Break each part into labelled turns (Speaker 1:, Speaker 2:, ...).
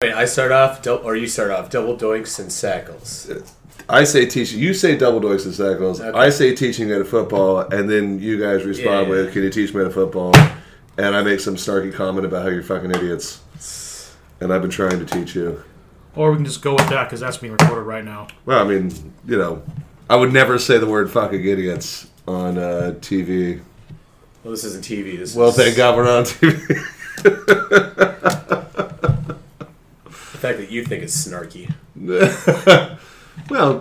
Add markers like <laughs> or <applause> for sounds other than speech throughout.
Speaker 1: I start off, dou- or you start off, double doinks and sackles.
Speaker 2: I say teaching. You say double doinks and sackles.
Speaker 1: Okay.
Speaker 2: I say teaching at a football, and then you guys
Speaker 1: Yeah.
Speaker 2: respond with, "Can you teach me at a football?" And I make some snarky comment about how you're fucking idiots, and I've been trying to teach you.
Speaker 3: Or we can just go with that because that's being recorded right now.
Speaker 2: Well, I mean, you know, I would never say the word "fucking idiots" on uh, TV.
Speaker 1: Well, this isn't TV. This
Speaker 2: Well,
Speaker 1: is,
Speaker 2: thank God we're on TV.
Speaker 1: The fact that you think it's snarky.
Speaker 2: <laughs> well,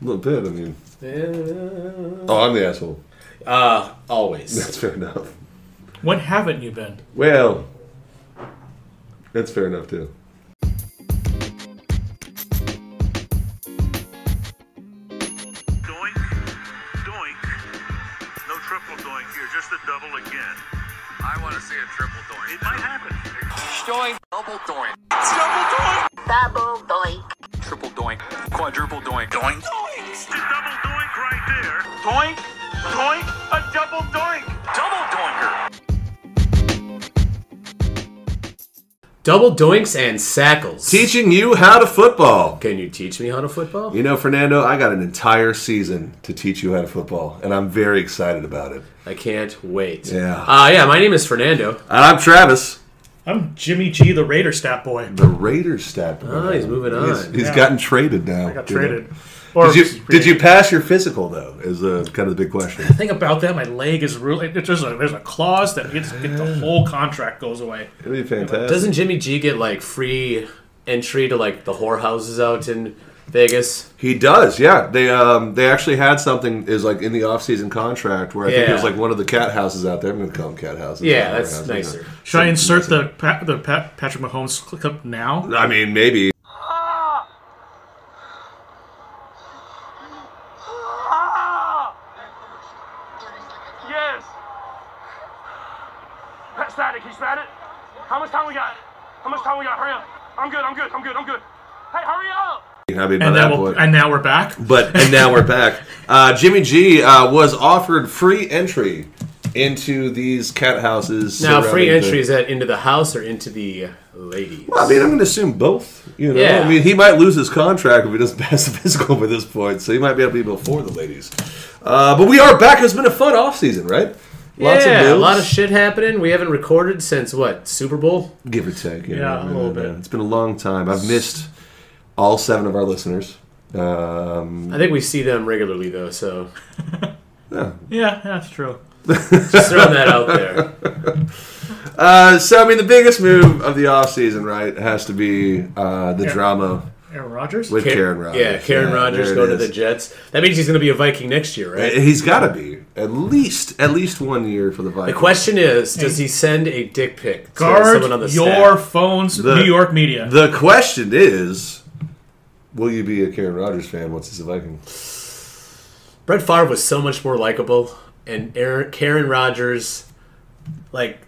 Speaker 2: a little bit. I mean,
Speaker 1: Uh,
Speaker 2: oh, I'm the asshole. <laughs>
Speaker 1: Uh, always.
Speaker 2: That's fair enough.
Speaker 3: When haven't you been?
Speaker 2: Well, that's fair enough too.
Speaker 4: Doink, doink. No triple doink here, just a double again.
Speaker 5: I want to see a triple doink.
Speaker 4: It might happen.
Speaker 5: Doink, double doink,
Speaker 6: Double doink.
Speaker 5: triple doink, quadruple doink. Doink.
Speaker 4: It's a double doink right there.
Speaker 5: Doink. Doink. A double doink. Double doinker.
Speaker 1: Double doinks and sackles.
Speaker 2: Teaching you how to football.
Speaker 1: Can you teach me how to football?
Speaker 2: You know, Fernando, I got an entire season to teach you how to football, and I'm very excited about it.
Speaker 1: I can't wait.
Speaker 2: Yeah.
Speaker 1: Uh, yeah, my name is Fernando.
Speaker 2: And I'm Travis,
Speaker 3: I'm Jimmy G, the Raider stat boy.
Speaker 2: the Raiders stat. boy.
Speaker 1: Oh, he's moving on.
Speaker 2: He's, he's
Speaker 3: Yeah.
Speaker 2: gotten traded now.
Speaker 3: I got
Speaker 2: you know.
Speaker 3: traded. Or
Speaker 2: Did you did you pass your physical though? Is uh, kind of the big question.
Speaker 3: The thing about that, my leg is really there's a there's a clause that gets get the whole contract goes away.
Speaker 2: It'd be fantastic.
Speaker 1: Doesn't Jimmy G get like free entry to like the whorehouses out in Vegas?
Speaker 2: He does, yeah. They um they actually had something is like in the off season contract where I think it was
Speaker 1: Yeah.
Speaker 2: like one of the cat houses out there. I'm gonna call them cat houses.
Speaker 1: Yeah,
Speaker 2: Whatever
Speaker 1: that's
Speaker 2: houses,
Speaker 1: nicer.
Speaker 3: Should I insert the pa- the pa- Patrick Mahomes clip now?
Speaker 2: you know. I mean, maybe.
Speaker 4: Ah! Yes. That's static. He's static. How much time we got? How much time we got? Hurry up. I'm good. I'm good. I'm good. I'm good. Hey, hurry up.
Speaker 2: I mean, by
Speaker 3: And
Speaker 2: that
Speaker 3: then we'll,
Speaker 2: point.
Speaker 3: and now we're back.
Speaker 2: but and now we're back. Uh, Jimmy G uh, was offered free entry into these cat houses.
Speaker 1: Now, free
Speaker 2: surrounding the-
Speaker 1: entry is that into the house or into the ladies?
Speaker 2: I mean, I'm going to assume both. You know,
Speaker 1: Yeah.
Speaker 2: I mean, he might lose his contract if he doesn't <laughs> pass the physical by this point, so he might be able to be before the ladies. Uh, but we are back. It's been a fun off season, right? Lots
Speaker 1: yeah,
Speaker 2: of
Speaker 1: a lot of
Speaker 2: moves.
Speaker 1: shit happening. We haven't recorded since what Super Bowl.
Speaker 2: Give or take.
Speaker 3: Yeah, a little bit.
Speaker 2: It's been a long time. I've missed all seven of our listeners. Um,
Speaker 1: I think we see them regularly though, so
Speaker 3: yeah, that's true.
Speaker 1: just throwing that out there.
Speaker 2: uh, so, I mean, the biggest move of the off season, right, has to be uh, the
Speaker 3: Yeah.
Speaker 2: drama
Speaker 3: Aaron Rodgers.
Speaker 2: with <laughs> Karen Rodgers.
Speaker 1: Yeah, Karen Rodgers
Speaker 2: there it
Speaker 1: going to
Speaker 2: is. Uh,
Speaker 1: the Jets. That means he's going to be a Viking next year, right?
Speaker 2: He's got to be at least at least one year for the Vikings.
Speaker 1: The question is, does he send a dick pic to
Speaker 3: Guard
Speaker 1: someone on the
Speaker 3: your
Speaker 1: staff?
Speaker 3: phones,
Speaker 2: The-
Speaker 3: New York media.
Speaker 2: The question is, will you be a Karen Rodgers fan once he's a Viking?
Speaker 1: Brett Favre was so much more likable, and Aaron, Karen Rodgers, like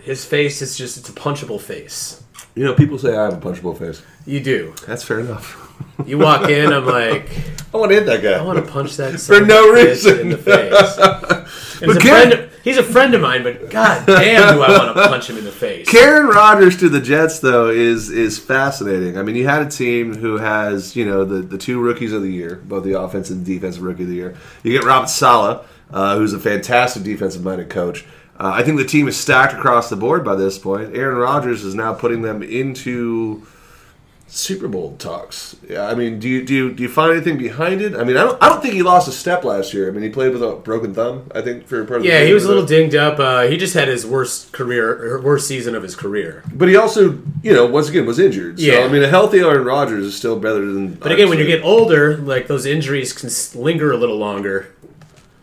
Speaker 1: his face is just—it's a punchable face.
Speaker 2: You know, people say I have a punchable face.
Speaker 1: You do.
Speaker 2: That's fair enough. <laughs>
Speaker 1: You walk in, I'm like,
Speaker 2: I want to hit that guy.
Speaker 1: I want to punch that son of a
Speaker 2: no
Speaker 1: bitch
Speaker 2: reason.
Speaker 1: in the
Speaker 2: <laughs>
Speaker 1: face. He's a,
Speaker 2: Karen-
Speaker 1: friend, he's a friend of mine, but god damn, do I want to punch him in the face?
Speaker 2: Karen Rodgers to the Jets though is is fascinating. I mean, you had a team who has you know the the two rookies of the year, both the offense and defensive rookie of the year. You get Robert Sala, uh, who's a fantastic defensive minded coach. Uh, I think the team is stacked across the board by this point. Aaron Rodgers is now putting them into Super Bowl talks. Yeah, I mean, do you do you, do you find anything behind it? I mean, I don't I don't think he lost a step last year. I mean, he played with a broken thumb. I think for part of the
Speaker 1: Yeah, he
Speaker 2: season,
Speaker 1: was a little
Speaker 2: but-
Speaker 1: dinged up. Uh, he just had his worst career, or worst season of his career.
Speaker 2: But he also, you know, once again was injured. So,
Speaker 1: Yeah.
Speaker 2: I mean, a healthy Aaron Rodgers is still better than.
Speaker 1: But again, when you get older, like those injuries can s- linger a little longer.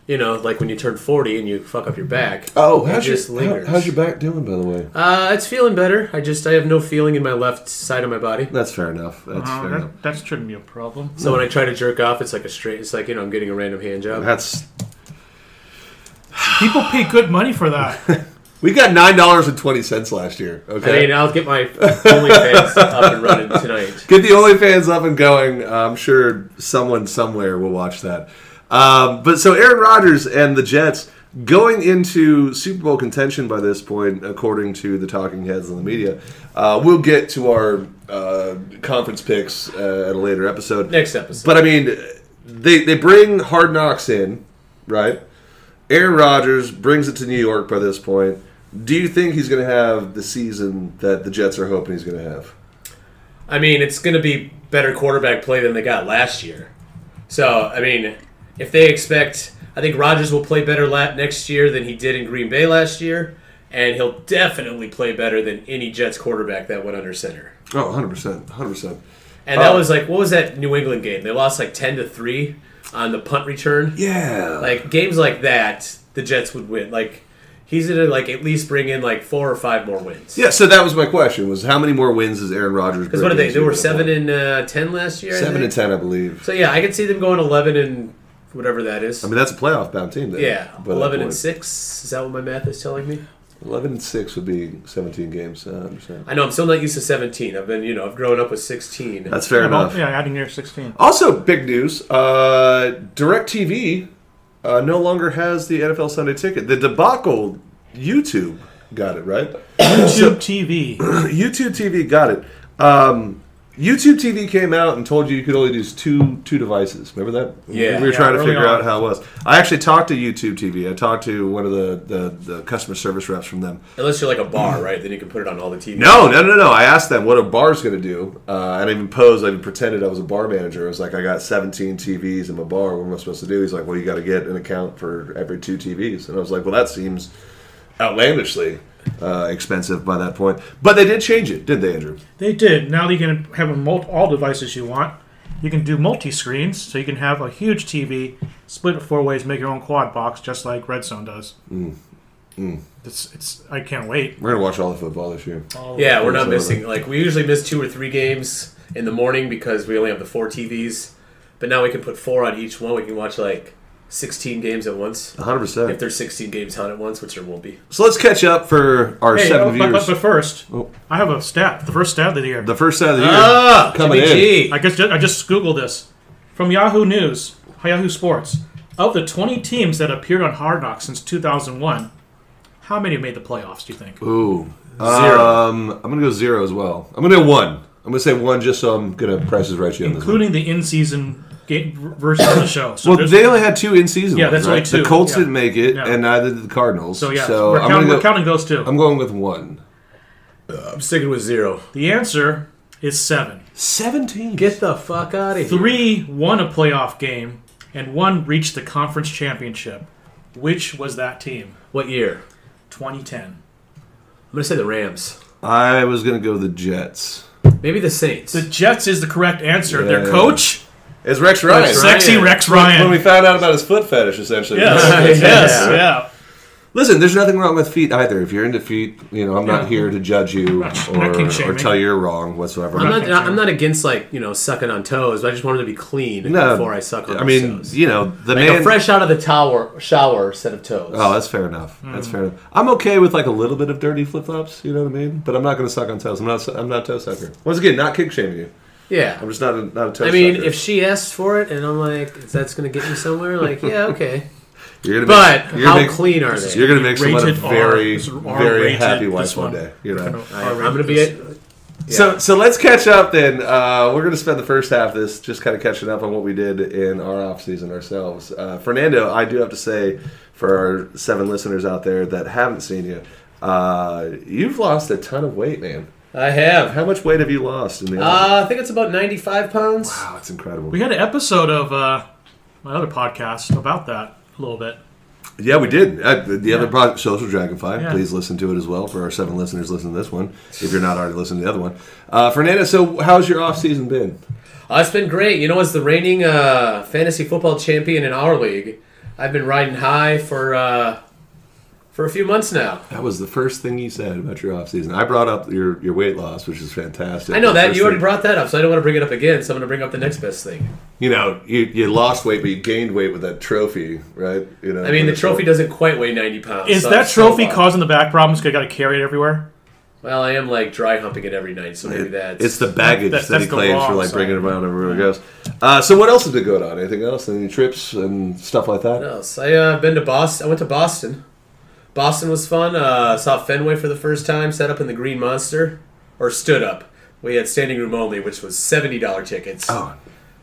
Speaker 1: You know, like when you turn forty and you fuck up your back.
Speaker 2: oh,
Speaker 1: it
Speaker 2: how's your
Speaker 1: just lingers.
Speaker 2: how- how's your back doing, by the way?
Speaker 1: Uh, it's feeling better. I just I have no feeling in my left side of my body.
Speaker 2: That's fair enough. That's
Speaker 1: uh-huh.
Speaker 3: Uh,
Speaker 2: fair enough.
Speaker 3: that, that shouldn't be a problem.
Speaker 1: So when I try to jerk off, it's like a straight. It's like you know I'm getting a random hand job.
Speaker 2: That's
Speaker 3: People pay good money for that.
Speaker 2: we got nine dollars and twenty cents last year.
Speaker 1: I
Speaker 2: Okay,
Speaker 1: mean, uh, I'll get
Speaker 2: <laughs>
Speaker 1: my OnlyFans up and running tonight.
Speaker 2: get the OnlyFans up and going. I'm sure someone somewhere will watch that. Um, but so Aaron Rodgers and the Jets going into Super Bowl contention by this point, according to the talking heads in the media. Uh, we'll get to our uh, conference picks uh, at a later episode.
Speaker 1: Next episode.
Speaker 2: But I mean, they they bring Hard Knocks in, right? Aaron Rodgers brings it to New York by this point. Do you think he's going to have the season that the Jets are hoping he's going to have?
Speaker 1: I mean, it's going to be better quarterback play than they got last year. So, I mean, if they expect, I think Rodgers will play better la- next year than he did in Green Bay last year, and he'll definitely play better than any Jets quarterback that went under center.
Speaker 2: Oh, 100%. 100%.
Speaker 1: And that
Speaker 2: Oh.
Speaker 1: was like, what was that New England game? They lost like ten to three on the punt return.
Speaker 2: Yeah.
Speaker 1: Like games like that, the Jets would win. Like he's gonna like at least bring in like four or five more wins.
Speaker 2: yeah, so that was my question was how many more wins is Aaron Rodgers
Speaker 1: Because what are they? They were seven and uh, ten last year. I
Speaker 2: 7
Speaker 1: think?
Speaker 2: and 10, I believe.
Speaker 1: So yeah, I could see them going eleven and whatever that is.
Speaker 2: I mean, that's a playoff bound team. Then,
Speaker 1: yeah,
Speaker 2: by that
Speaker 1: eleven and
Speaker 2: point.
Speaker 1: six. Is that what my math is telling me?
Speaker 2: 11 and 6 would be 17 games. Uh, I understand.
Speaker 1: I know I'm still not used to seventeen. I've been, you know, I've grown up with sixteen.
Speaker 2: That's fair enough.
Speaker 3: Yeah, adding year 16.
Speaker 2: Also, big news uh, DirecTV uh, no longer has the NFL Sunday ticket. The debacle, YouTube got it, right?
Speaker 3: YouTube TV.
Speaker 2: YouTube TV got it. Um, YouTube TV came out and told you you could only use two two devices. Remember that?
Speaker 1: Yeah.
Speaker 2: we were
Speaker 1: Yeah,
Speaker 2: trying to
Speaker 3: early
Speaker 2: figure out
Speaker 3: on.
Speaker 2: how it was. I actually talked to YouTube TV. I talked to one of the, the, the customer service reps from them.
Speaker 1: Unless you're like a bar, right? Then you can put it on all the TVs.
Speaker 2: Mm. No, no, no, no. I asked them what a bar's going to do, uh, and I even posed. I even pretended I was a bar manager. I was like, I got 17 TVs in my bar. What am I supposed to do? He's like, Well, you got to get an account for every two TVs. And I was like, Well, that seems outlandishly uh, expensive by that point. But they did change it, did they, Andrew?
Speaker 3: They did. Now you can have a mul- all devices you want. You can do multi screens, so you can have a huge TV, split it four ways, make your own quad box, just like Red Zone does.
Speaker 2: Mm.
Speaker 3: It's, it's, I can't wait.
Speaker 2: We're gonna watch all the football this year.
Speaker 1: Yeah, we're not
Speaker 2: Arizona.
Speaker 1: missing. Like we usually miss two or three games in the morning because we only have the four TVs. But now we can put four on each one. We can watch like sixteen games at once.
Speaker 2: 100.
Speaker 1: If
Speaker 2: percent
Speaker 1: there's sixteen games on at once, which there won't be.
Speaker 2: So let's catch up for our
Speaker 3: Hey,
Speaker 2: seven
Speaker 3: oh, but, but,
Speaker 2: viewers.
Speaker 3: but first,
Speaker 2: Oh.
Speaker 3: I have a stat. The first stat of the year.
Speaker 2: the first side of the year
Speaker 3: Uh,
Speaker 1: Ah,
Speaker 2: coming
Speaker 1: Jimmy
Speaker 2: in.
Speaker 1: G.
Speaker 3: I guess I just Googled this from Yahoo News, Yahoo Sports. Of the 20 teams that appeared on Hard Knocks since 2001, how many made the playoffs? Do you think?
Speaker 2: Ooh,
Speaker 1: Zero.
Speaker 2: Um, I'm gonna go zero as well. I'm gonna go one. I'm gonna say one just so I'm gonna price is right you on this. one.
Speaker 3: Including the in-season game version of the show. So
Speaker 2: Well,
Speaker 3: there's-
Speaker 2: they only had two in season.
Speaker 3: Yeah, that's
Speaker 2: right?
Speaker 3: only two.
Speaker 2: The Colts
Speaker 3: Yeah.
Speaker 2: didn't make it,
Speaker 3: Yeah.
Speaker 2: and neither did the Cardinals.
Speaker 3: so yeah,
Speaker 2: so
Speaker 3: we're,
Speaker 2: I'm
Speaker 3: counting,
Speaker 2: gonna
Speaker 3: we're
Speaker 2: go,
Speaker 3: counting those 2
Speaker 2: I'm going with one.
Speaker 1: I'm sticking with zero.
Speaker 3: the answer is seven.
Speaker 2: Seventeen.
Speaker 1: Get the fuck out of here.
Speaker 3: Three won a playoff game, and one reached the conference championship. Which was that team?
Speaker 1: What year?
Speaker 3: 2010.
Speaker 1: I'm gonna say the Rams.
Speaker 2: I was gonna go the Jets.
Speaker 1: Maybe the Saints.
Speaker 3: The Jets is the correct answer. Their
Speaker 2: Yeah.
Speaker 3: coach, <laughs>
Speaker 2: It's Rex Ryan.
Speaker 1: Rex Ryan.
Speaker 3: sexy Rex
Speaker 2: When
Speaker 3: Ryan.
Speaker 2: we found out about his foot fetish, essentially. <laughs>
Speaker 3: yes, yes, yeah.
Speaker 2: Listen, there's nothing wrong with feet either. If you're into feet, you know, I'm not here to judge you
Speaker 3: I'm
Speaker 2: or,
Speaker 3: not king
Speaker 2: or
Speaker 3: shaming.
Speaker 2: tell you you're wrong whatsoever.
Speaker 1: I'm not. I'm not against like you know sucking on toes. But I just wanted to be clean
Speaker 2: No,
Speaker 1: before I suck on.
Speaker 2: I mean,
Speaker 1: toes.
Speaker 2: you know, the
Speaker 1: like
Speaker 2: man.
Speaker 1: a fresh out of the tower shower set of toes.
Speaker 2: oh, that's fair enough. That's
Speaker 1: Hmm.
Speaker 2: fair enough. I'm okay with like a little bit of dirty flip flops. You know what I mean? But I'm not going to suck on toes. I'm not. I'm not a toe sucker. Once again, not kick shaming you.
Speaker 1: yeah.
Speaker 2: I'm just not a, not a toe.
Speaker 1: I mean,
Speaker 2: sucker.
Speaker 1: if she asks for it, and I'm like, if that's gonna get me somewhere, like,
Speaker 2: <laughs>
Speaker 1: yeah, okay.
Speaker 2: you're gonna
Speaker 1: But
Speaker 2: you're
Speaker 1: how
Speaker 2: gonna make-
Speaker 1: clean are they?
Speaker 2: You're going to make someone a
Speaker 3: Rated R.
Speaker 2: very,
Speaker 3: It's R
Speaker 2: very
Speaker 3: rated,
Speaker 2: happy
Speaker 3: this
Speaker 2: wife one
Speaker 3: one.
Speaker 2: day. You know.
Speaker 1: I'm gonna be it.
Speaker 2: So, so let's catch up then. Uh, we're going to spend the first half of this just kind of catching up on what we did in our off season ourselves. Uh, Fernando, I do have to say for our seven listeners out there that haven't seen you, uh, you've lost a ton of weight, man.
Speaker 1: I have.
Speaker 2: How much weight have you lost in the?
Speaker 1: Uh, I think it's about 95 pounds.
Speaker 2: oh, it's incredible.
Speaker 3: We had an episode of uh, my other podcast about that a little bit.
Speaker 2: yeah, we did. Uh, the other project, Social Dragonfly.
Speaker 3: Yeah.
Speaker 2: Please listen to it as well for our seven listeners listening to this one. If you're not already listening to the other one, uh, Fernando. So, how's your off season been?
Speaker 1: Uh, it's been great. You know, as the reigning uh, fantasy football champion in our league, I've been riding high for uh, for a few months now.
Speaker 2: That was the first thing you said about your offseason. I brought up your, your weight loss, which is fantastic.
Speaker 1: I know that
Speaker 2: First
Speaker 1: you already
Speaker 2: thing-
Speaker 1: brought that up, so I don't want to bring it up again. So I'm gonna bring up the next best thing.
Speaker 2: You know, you, you lost weight, but you gained weight with that trophy, right? You know,
Speaker 1: I mean, the trophy doesn't quite weigh 90 pounds.
Speaker 3: Is
Speaker 1: so
Speaker 3: that
Speaker 1: it's still a
Speaker 3: trophy
Speaker 1: lot.
Speaker 3: causing the back problems because I got to carry it everywhere?
Speaker 1: Well, I am like dry humping it every night, so maybe that's
Speaker 2: It's the baggage
Speaker 3: That's-
Speaker 2: that he
Speaker 3: that's the
Speaker 2: claims for
Speaker 3: wrong
Speaker 2: like
Speaker 3: side.
Speaker 2: bringing it around everywhere he goes. Uh, so, what else has been going on? Anything else? Any trips and stuff like that?
Speaker 1: What else? I uh, been to Boston. I went to Boston. Boston was fun. Uh, saw Fenway for the first time. Sat up in the Green Monster, or stood up. We had standing room only, which was seventy dollar tickets.
Speaker 2: Oh,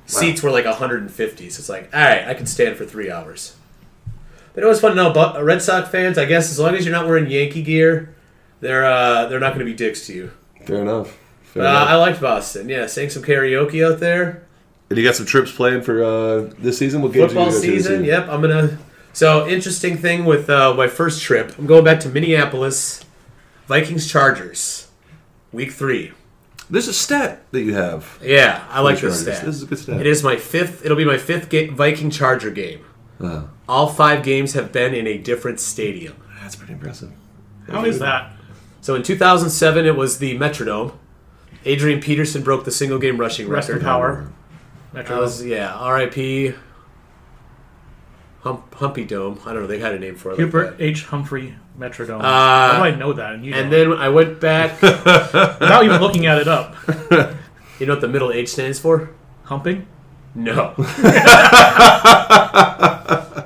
Speaker 1: Seats were like hundred and fifty. So it's like, all right, I can stand for three hours. But it was fun to know. But uh, Red Sox fans, I guess, as long as you're not wearing Yankee gear, they're uh, they're not going to be dicks to you.
Speaker 2: fair enough. Fair
Speaker 1: But, uh,
Speaker 2: enough.
Speaker 1: I liked Boston. Yeah, sang some karaoke out there.
Speaker 2: and you got some trips planned for uh, this season. What games
Speaker 1: football
Speaker 2: are you gonna go to this
Speaker 1: season. Yep, I'm gonna. So interesting thing with uh, my first trip, I'm going back to Minneapolis, Vikings Chargers, week three.
Speaker 2: This is a stat that you have.
Speaker 1: Yeah, I like this
Speaker 2: Chargers.
Speaker 1: stat.
Speaker 2: This is a good stat.
Speaker 1: It is my fifth. It'll be my fifth ga- Viking Charger game.
Speaker 2: Uh-huh.
Speaker 1: All five games have been in a different stadium.
Speaker 2: That's pretty impressive.
Speaker 3: How is that?
Speaker 1: So in 2007, it was the Metrodome. Adrian Peterson broke the single game rushing
Speaker 3: Rest in
Speaker 1: record.
Speaker 3: power.
Speaker 1: That
Speaker 3: Metro.
Speaker 1: was yeah. R.I.P. Hump, Humpy Dome. I don't know. They had a name for it. like that. Uh,
Speaker 3: Hubert H. Humphrey Metrodome. How do I know that? And you
Speaker 1: And
Speaker 3: don't?
Speaker 1: then I went
Speaker 2: <laughs>
Speaker 1: back.
Speaker 3: without even looking at it up,
Speaker 1: You know what the middle H stands for?
Speaker 3: humping.
Speaker 2: <laughs>
Speaker 1: No.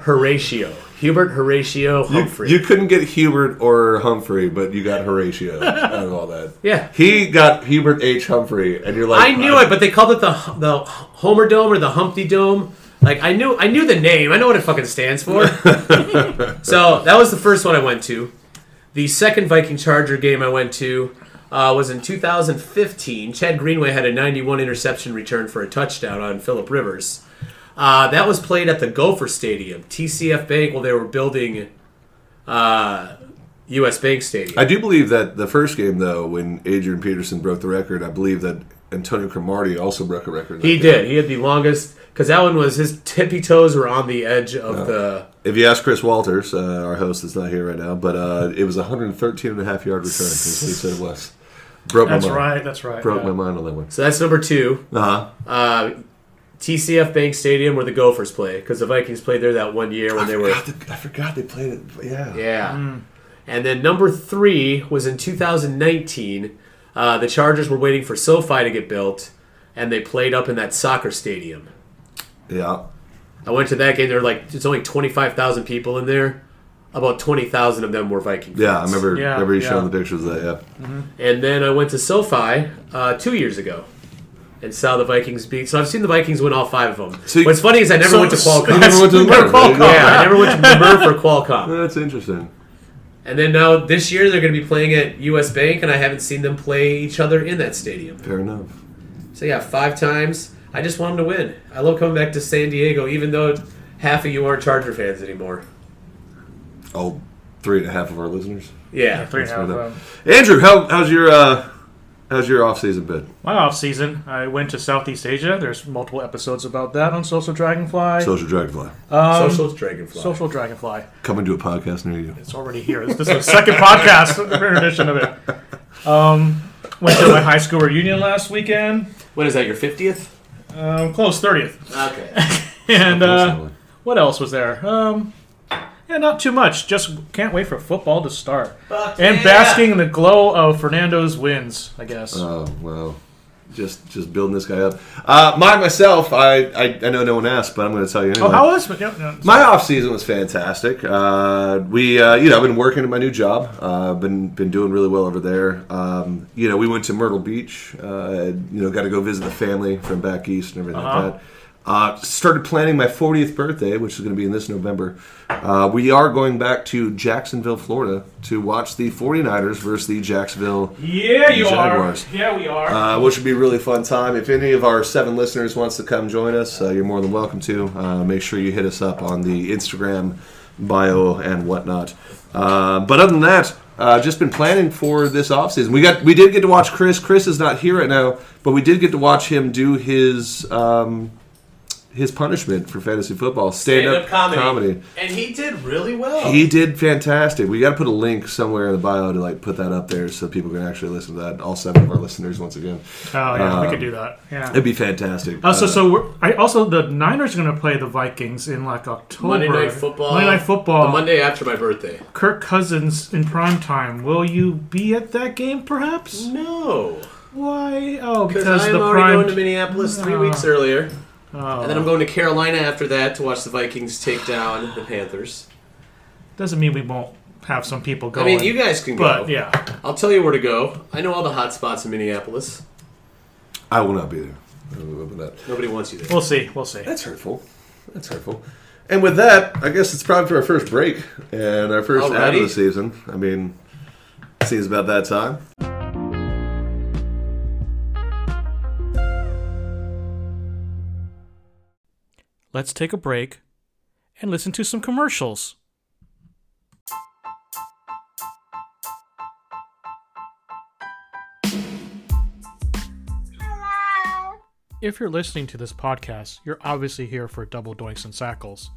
Speaker 1: Horatio. Hubert Horatio Humphrey.
Speaker 2: You couldn't get Hubert or Humphrey, but you
Speaker 1: <laughs>
Speaker 2: got Horatio out of all that.
Speaker 1: yeah.
Speaker 2: He got Hubert H. Humphrey, and you're like, uh,
Speaker 1: I knew it, but they called it the the Homer Dome or the Humpty Dome. Like I knew I knew the name. I know what it fucking stands for. so that was the first one I went to. The second Viking Charger game I went to uh, was in 2015. Chad Greenway had a 91 interception return for a touchdown on Philip Rivers. Uh, that was played at the Gopher Stadium, TCF Bank, while they were building uh, U.S. Bank Stadium.
Speaker 2: I do believe that the first game though, when Adrian Peterson broke the record, I believe that Antonio Cromartie also broke a record.
Speaker 1: He
Speaker 2: that game.
Speaker 1: did. He had the longest because that one was his tippy toes were on the edge of the
Speaker 2: If you ask Chris Walters, uh, our host is not here right now, but uh, it was 113 and a half yard return. is what he said it was. Broke
Speaker 3: That's
Speaker 2: my mind.
Speaker 3: right. That's right.
Speaker 2: Broke
Speaker 3: yeah.
Speaker 2: my mind on that one.
Speaker 1: So that's number two.
Speaker 2: Uh huh.
Speaker 1: Uh, TCF Bank Stadium where the Gophers play because the Vikings played there that one year when they were.
Speaker 2: I forgot, they, I forgot they played it. Yeah.
Speaker 1: Yeah. And then number three was in 2019. Uh, the Chargers were waiting for SoFi to get built, and they played up in that soccer stadium.
Speaker 2: Yeah.
Speaker 1: I went to that game. There were like there's only 25,000 people in there. About 20,000 of them were Vikings.
Speaker 2: Yeah, I remember.
Speaker 3: Yeah,
Speaker 2: remember you
Speaker 3: yeah.
Speaker 2: showing the pictures of that. Yeah.
Speaker 1: And then I went to SoFi uh, two years ago and saw the Vikings beat. So I've seen the Vikings win all five of them.
Speaker 2: So you-
Speaker 1: What's funny is I never
Speaker 2: so-
Speaker 1: went to
Speaker 2: so you
Speaker 1: Qualcomm.
Speaker 2: never went to the
Speaker 1: Yeah,
Speaker 2: Merv,
Speaker 1: <laughs>
Speaker 2: right?
Speaker 1: Yeah, I never went to
Speaker 2: <laughs>
Speaker 1: the Merv for Qualcomm.
Speaker 2: That's interesting.
Speaker 1: And then now this year they're going to be playing at US Bank, and I haven't seen them play each other in that stadium.
Speaker 2: Fair enough.
Speaker 1: So yeah, five times. I just want them to win. I love coming back to San Diego, even though half of you aren't Charger fans anymore.
Speaker 2: All three and a half of our listeners.
Speaker 1: Yeah.
Speaker 3: Three and a half. um,
Speaker 2: Andrew, how, how's your uh, how's your off season been?
Speaker 3: My off season, I went to Southeast Asia. There's multiple episodes about that on Social Dragonfly.
Speaker 2: Social Dragonfly
Speaker 1: Social Dragonfly.
Speaker 3: Um, Social Dragonfly.
Speaker 2: coming to a podcast near you.
Speaker 3: It's already here. This is the second podcast edition of it. Um, went to my high school reunion last weekend.
Speaker 1: What is that, your 50th?
Speaker 3: Um, close thirtieth. <laughs>
Speaker 1: Okay.
Speaker 3: And uh,
Speaker 2: Personally.
Speaker 3: what else was there? Um, yeah, not too much. Just can't wait for football to start.
Speaker 1: Fuck
Speaker 3: and
Speaker 1: yeah.
Speaker 3: basking in the glow of Fernando's wins, I guess.
Speaker 2: Oh wow. Just, just building this guy up. Uh, my myself, I, I, I know no one asked, but I'm going to tell you anyway.
Speaker 3: oh, how was? No, no,
Speaker 2: My off season was fantastic. Uh, we, uh, you know, I've been working at my new job. Uh, been been doing really well over there. Um, you know, we went to Myrtle Beach. Uh, you know, got to go visit the family from back east and everything
Speaker 3: Uh-huh.
Speaker 2: like that. Uh, started planning my 40th birthday, which is going to be in this November. Uh, we are going back to Jacksonville, Florida, to watch the 49ers versus the Jacksonville
Speaker 3: Yeah,
Speaker 2: you are. Jaguars.
Speaker 3: Yeah, we are.
Speaker 2: uh, which would be a really fun time. If any of our seven listeners wants to come join us, uh, you're more than welcome to. Uh, make sure you hit us up on the Instagram bio and whatnot. Uh, but other than that, uh, just been planning for this offseason. We got we did get to watch Chris. Chris is not here right now, but we did get to watch him do his um, his punishment for fantasy football stand up comedy.
Speaker 1: And he did really well.
Speaker 2: He did fantastic. We got to put a link somewhere in the bio to like put that up there so people can actually listen to that. All seven of our listeners once again.
Speaker 3: oh, yeah, we
Speaker 2: um,
Speaker 3: could do that. Yeah.
Speaker 2: It'd be fantastic.
Speaker 3: Also,
Speaker 2: Uh,
Speaker 3: so we're, I also the Niners are going to play the Vikings in like October.
Speaker 1: Monday Night Football.
Speaker 3: Monday Night Football.
Speaker 1: The Monday after my birthday.
Speaker 3: Kirk Cousins in prime time. Will you be at that game? Perhaps.
Speaker 1: No.
Speaker 3: Why? Oh,
Speaker 1: Because
Speaker 3: because
Speaker 1: I'm
Speaker 3: the
Speaker 1: already
Speaker 3: prime. Oh.
Speaker 1: going to Minneapolis three weeks earlier. And then I'm going to Carolina after that to watch the Vikings take down the Panthers.
Speaker 3: doesn't mean we won't have some people
Speaker 1: I
Speaker 3: going.
Speaker 1: mean, you guys can go.
Speaker 3: But yeah,
Speaker 1: I'll tell you where to go. I know all the hot spots in Minneapolis.
Speaker 2: I will not be there. I will not be there.
Speaker 1: Nobody wants you there.
Speaker 3: We'll see. We'll see.
Speaker 2: That's hurtful. That's hurtful. And with that, I guess it's time for our first break and our first ad of
Speaker 1: Alrighty.
Speaker 2: the season. I mean, seems about that time.
Speaker 3: Let's take a break and listen to some commercials.
Speaker 6: Hello.
Speaker 3: If you're listening to this podcast, you're obviously here for double doinks and sackles.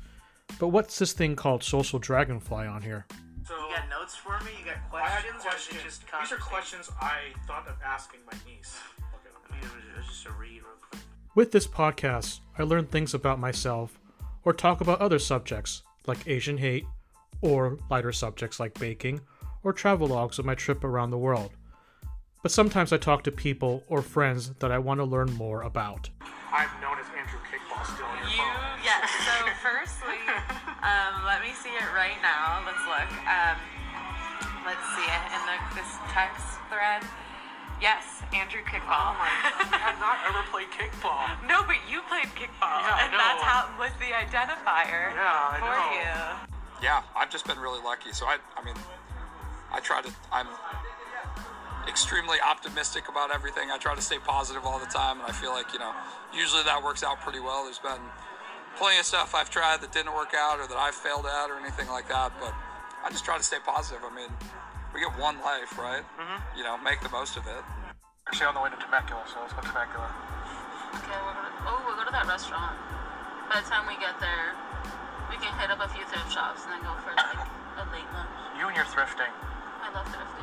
Speaker 3: But what's this thing called social dragonfly on here?
Speaker 5: So
Speaker 7: You got notes for me? You got
Speaker 5: I had
Speaker 7: questions? or is it
Speaker 5: questions.
Speaker 7: just
Speaker 5: These are
Speaker 7: conversation?
Speaker 5: questions I thought of asking my niece.
Speaker 7: I mean, it was, it was just a read real quick.
Speaker 3: With this podcast, I learn things about myself or talk about other subjects like Asian hate or lighter subjects like baking or travel logs of my trip around the world. But sometimes I talk to people or friends that I want to learn more about.
Speaker 5: I'm known as Andrew Kickball still on your
Speaker 8: You,
Speaker 5: phone.
Speaker 8: yeah, so firstly, um, let me see it right now. Let's look. Um, let's see it in the, this text thread. Yes, Andrew Kickball.
Speaker 5: Oh I had not ever played kickball.
Speaker 8: <laughs> no, but you played kickball,
Speaker 5: Yeah, I
Speaker 8: and that's
Speaker 5: know.
Speaker 8: how was the identifier
Speaker 5: Yeah, I
Speaker 8: for
Speaker 5: know.
Speaker 8: you.
Speaker 9: yeah, I've just been really lucky. So I, I mean, I try to. I'm extremely optimistic about everything. I try to stay positive all the time, and I feel like you know, usually that works out pretty well. There's been plenty of stuff I've tried that didn't work out or that I failed at or anything like that. But I just try to stay positive. I mean, we get one life, right? You know, make the most of it.
Speaker 5: Actually, on the way to Temecula, so let's go to Temecula.
Speaker 8: Okay, we'll go to, oh, we'll go to that restaurant. By the time we get there, we can hit up a few thrift shops and then go for like a late lunch.
Speaker 5: You and your thrifting.
Speaker 8: I love thrifting.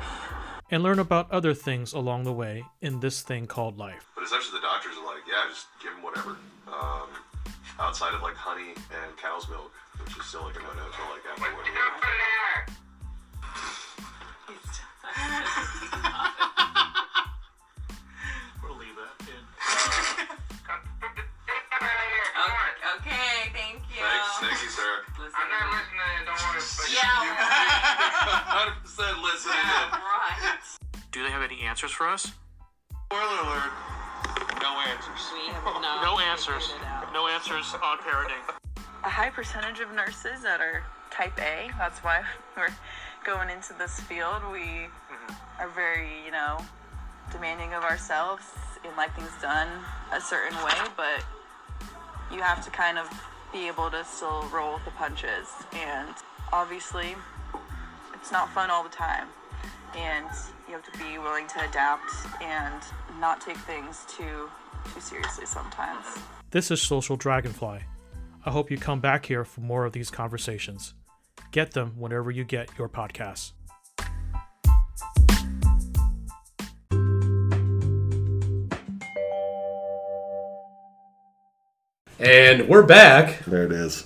Speaker 3: And learn about other things along the way in this thing called life.
Speaker 10: But essentially, the doctors are like, yeah, just give him whatever. Um, outside of like honey and cow's milk, which is still like a no no till like after one year.
Speaker 5: We'll leave that in.
Speaker 8: Okay, thank you.
Speaker 10: Thanks, thank you, sir.
Speaker 8: Listen to me. <laughs>
Speaker 10: Yeah, 100% listening. in.
Speaker 8: Right.
Speaker 5: Do they have any answers for us?
Speaker 10: Spoiler alert. No answers.
Speaker 8: We have not
Speaker 5: No
Speaker 8: figured
Speaker 5: answers.
Speaker 8: it out.
Speaker 5: No answers on parenting.
Speaker 8: a high percentage of nurses that are type A. That's why <laughs> we're going into this field. We
Speaker 5: Mm-hmm.
Speaker 8: are very, you know, demanding of ourselves and like things done a certain way, but you have to kind of be able to still roll with the punches. And obviously, it's not fun all the time. And you have to be willing to adapt and not take things too too seriously sometimes.
Speaker 3: This is Social Dragonfly. I hope you come back here for more of these conversations. Get them whenever you get your podcasts.
Speaker 1: And we're back.
Speaker 2: There it is.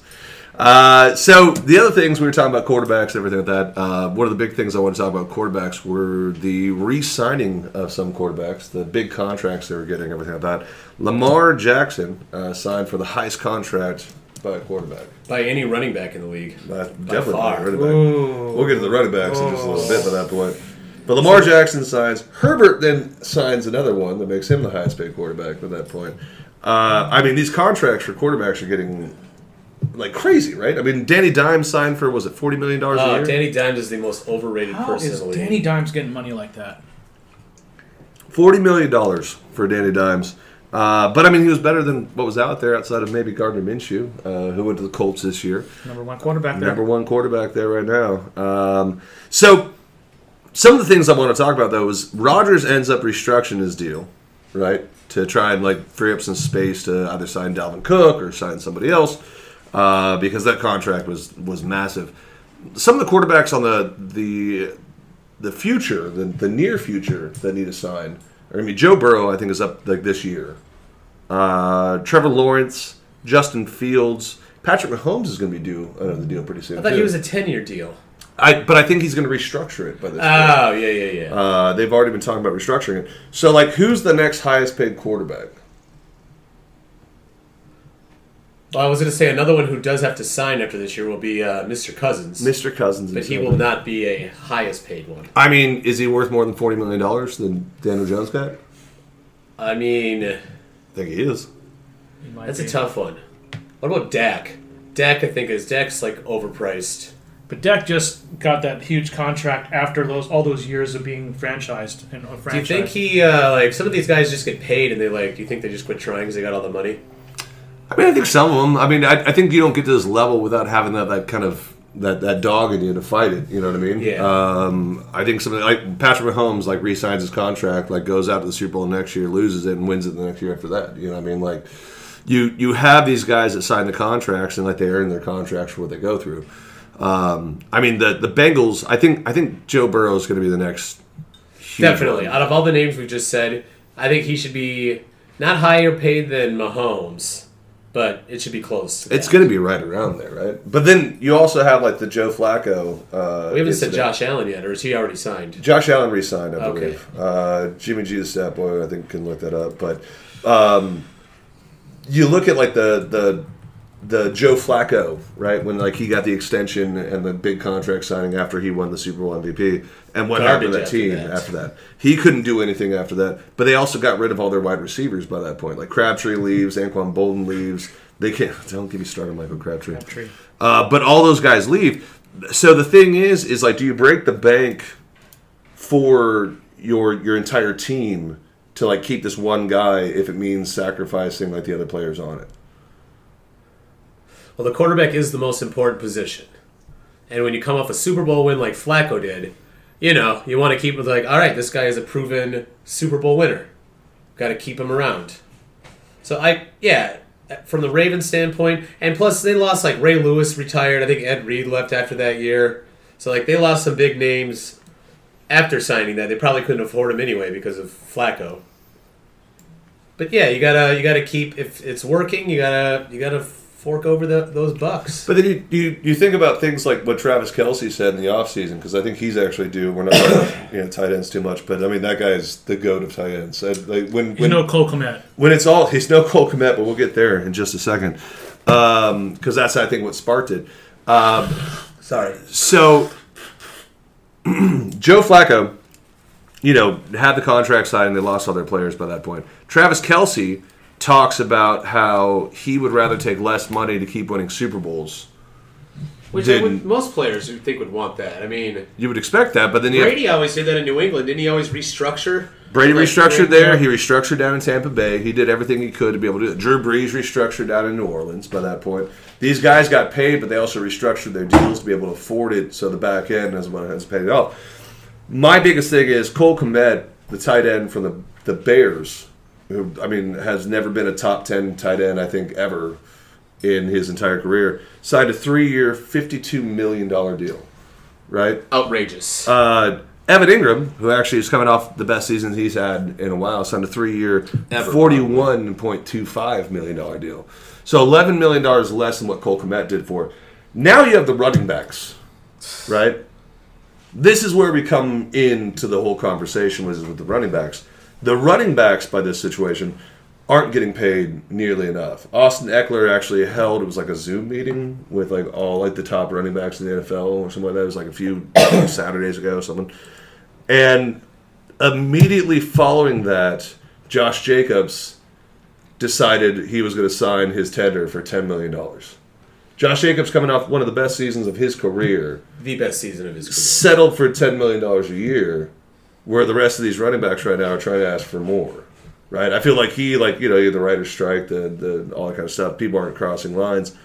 Speaker 2: Uh, so the other things we were talking about quarterbacks, everything like that. Uh, one of the big things I want to talk about quarterbacks were the re-signing of some quarterbacks, the big contracts they were getting, everything like that. Lamar Jackson uh, signed for the highest contract by a quarterback.
Speaker 1: By any running back in the league.
Speaker 2: That's definitely
Speaker 1: far.
Speaker 2: a running back. We'll get to the running backs in just a little bit by that point. But Lamar Jackson signs. Herbert then signs another one that makes him the highest paid quarterback at that point. Uh, I mean, these contracts for quarterbacks are getting like crazy, right? I mean, Danny Dimes signed for was it forty million dollars a
Speaker 1: Uh,
Speaker 2: year?
Speaker 1: Danny Dimes is the most overrated
Speaker 7: How
Speaker 1: person
Speaker 7: is
Speaker 1: in the league.
Speaker 7: Danny Dimes getting money like that?
Speaker 2: forty million dollars for Danny Dimes. Uh, but I mean, he was better than what was out there outside of maybe Gardner Minshew, uh, who went to the Colts this year.
Speaker 3: Number one quarterback there.
Speaker 2: number one quarterback there right now. Um, so some of the things I want to talk about though is Rodgers ends up restructuring his deal, right, to try and like free up some space to either sign Dalvin Cook or sign somebody else uh, because that contract was was massive. Some of the quarterbacks on the the the future, the, the near future that need to sign. I mean, Joe Burrow, I think, is up like this year. Uh, Trevor Lawrence, Justin Fields, Patrick Mahomes is going to be due another deal pretty soon.
Speaker 1: I thought
Speaker 2: too.
Speaker 1: he was a 10 year deal.
Speaker 2: I- but I think he's going to restructure it by this. point.
Speaker 1: Oh, yeah, yeah, yeah.
Speaker 2: Uh, they've already been talking about restructuring it. So, like, who's the next highest paid quarterback?
Speaker 1: well, I was going to say another one who does have to sign after this year will be uh, Mr. Cousins.
Speaker 2: Mr. Cousins.
Speaker 1: But
Speaker 2: is
Speaker 1: he
Speaker 2: number-
Speaker 1: will not be a highest paid one.
Speaker 2: I mean, is he worth more than forty million dollars than Daniel Jones got?
Speaker 1: I mean, I
Speaker 2: think he is.
Speaker 1: That's a tough one. What about Dak? Dak, I think is Dak's like overpriced.
Speaker 3: But Dak just got that huge contract after those all those years of being franchised and franchised.
Speaker 1: Do you think he uh, like some of these guys just get paid and they like? Do you think they just quit trying because they got all the money?
Speaker 2: Uh, I mean, I think some of them. I mean, I, I think you don't get to this level without having that, that kind of that, that dog in you to fight it. You know what I mean?
Speaker 1: Yeah.
Speaker 2: Um, I think something like Patrick Mahomes like re-signs his contract, like goes out to the Super Bowl next year, loses it, and wins it the next year after that. You know what I mean? Like you you have these guys that sign the contracts and like they earn their contracts for what they go through. Um, I mean the the Bengals. I think I think Joe Burrow is going to be the next. huge
Speaker 1: Definitely.
Speaker 2: one.
Speaker 1: Out of all the names we've just said, I think he should be not higher paid than Mahomes, but it should be close. to
Speaker 2: It's
Speaker 1: that.
Speaker 2: going to be right around there, right? But then you also have like the Joe Flacco. Uh,
Speaker 1: We haven't said
Speaker 2: incident.
Speaker 1: Josh Allen yet, or is he already signed?
Speaker 2: Josh Allen re-signed, I
Speaker 1: Okay.
Speaker 2: believe. Uh, Jimmy G the Stat Boy, I think can look that up. But um, you look at like the the the Joe Flacco, right? When like he got the extension and the big contract signing after he won the Super Bowl MVP, and what happened to
Speaker 1: Garbage
Speaker 2: that
Speaker 1: after
Speaker 2: team
Speaker 1: that.
Speaker 2: after that? He couldn't do anything after that. But they also got rid of all their wide receivers by that point. Like Crabtree leaves, Anquan Bolden leaves. They can't. <laughs> Don't get me started, on Michael Crabtree.
Speaker 3: Crabtree.
Speaker 2: Uh, but all those guys leave. So the thing is, is like, do you break the bank for your your entire team to like keep this one guy if it means sacrificing like the other players on it?
Speaker 1: Well, the quarterback is the most important position. And when you come off a Super Bowl win like Flacco did, you know, you want to keep with like, all right, this guy is a proven Super Bowl winner. Got to keep him around. So I, yeah, from the Ravens standpoint, and plus they lost like Ray Lewis retired. I think Ed Reed left after that year. So like they lost some big names after signing that. They probably couldn't afford him anyway because of Flacco. But yeah, you gotta you gotta keep if it's working, you gotta you gotta fork over the, those bucks.
Speaker 2: But then you, you you think about things like what Travis Kelsey said in the offseason, because I think he's actually due. We're not talking, <coughs> you know tight ends too much, but I mean that guy is the goat of tight ends. I, like when
Speaker 3: You
Speaker 2: when
Speaker 3: know, Cole Komet.
Speaker 2: when it's all he's no Cole Komet, but we'll get there in just a second, because that's I think what sparked it. Um,
Speaker 1: Sorry.
Speaker 2: So <clears throat> Joe Flacco, you know, had the contract signed and they lost all their players by that point. Travis Kelsey talks about how he would rather take less money to keep winning Super Bowls.
Speaker 1: Which I
Speaker 2: Didn't-
Speaker 1: would, most players would think would want that. I mean,
Speaker 2: You would expect that, but then you have-
Speaker 1: Brady always did that in New England. Didn't he always restructure?
Speaker 2: Brady
Speaker 1: Like,
Speaker 2: restructured
Speaker 1: they-
Speaker 2: there. He restructured down in Tampa Bay. He did everything he could to be able to do it. Drew Brees restructured down in New Orleans by that point. These guys got paid, but they also restructured their deals to be able to afford it so the back end is what has paid it off. My biggest thing is Cole Komet, the tight end from the, the Bears, who, I mean, has never been a top 10 tight end, I think, ever in his entire career, signed a three year, $52 million deal, right?
Speaker 1: Outrageous.
Speaker 2: Uh, Evan Ingram, who actually is coming off the best season he's had in a while, signed a three-year,
Speaker 1: Ever.
Speaker 2: forty-one point two five million dollar deal. So eleven million dollars less than what Cole Komet did for. it. Now you have the running backs, right? This is where we come into the whole conversation was with the running backs. The running backs by this situation aren't getting paid nearly enough. Austin Eckler actually held it was like a Zoom meeting with like all like the top running backs in the NFL or something like that. It was like a few <coughs> Saturdays ago or something. And immediately following that, Josh Jacobs decided he was going to sign his tender for $10 million. Josh Jacobs, coming off one of the best seasons of his career,
Speaker 1: the best season of his career.
Speaker 2: settled for $10 million a year, where the rest of these running backs right now are trying to ask for more. Right? I feel like he, like, you know, you had the writer's strike, the, the all that kind of stuff. People aren't crossing lines.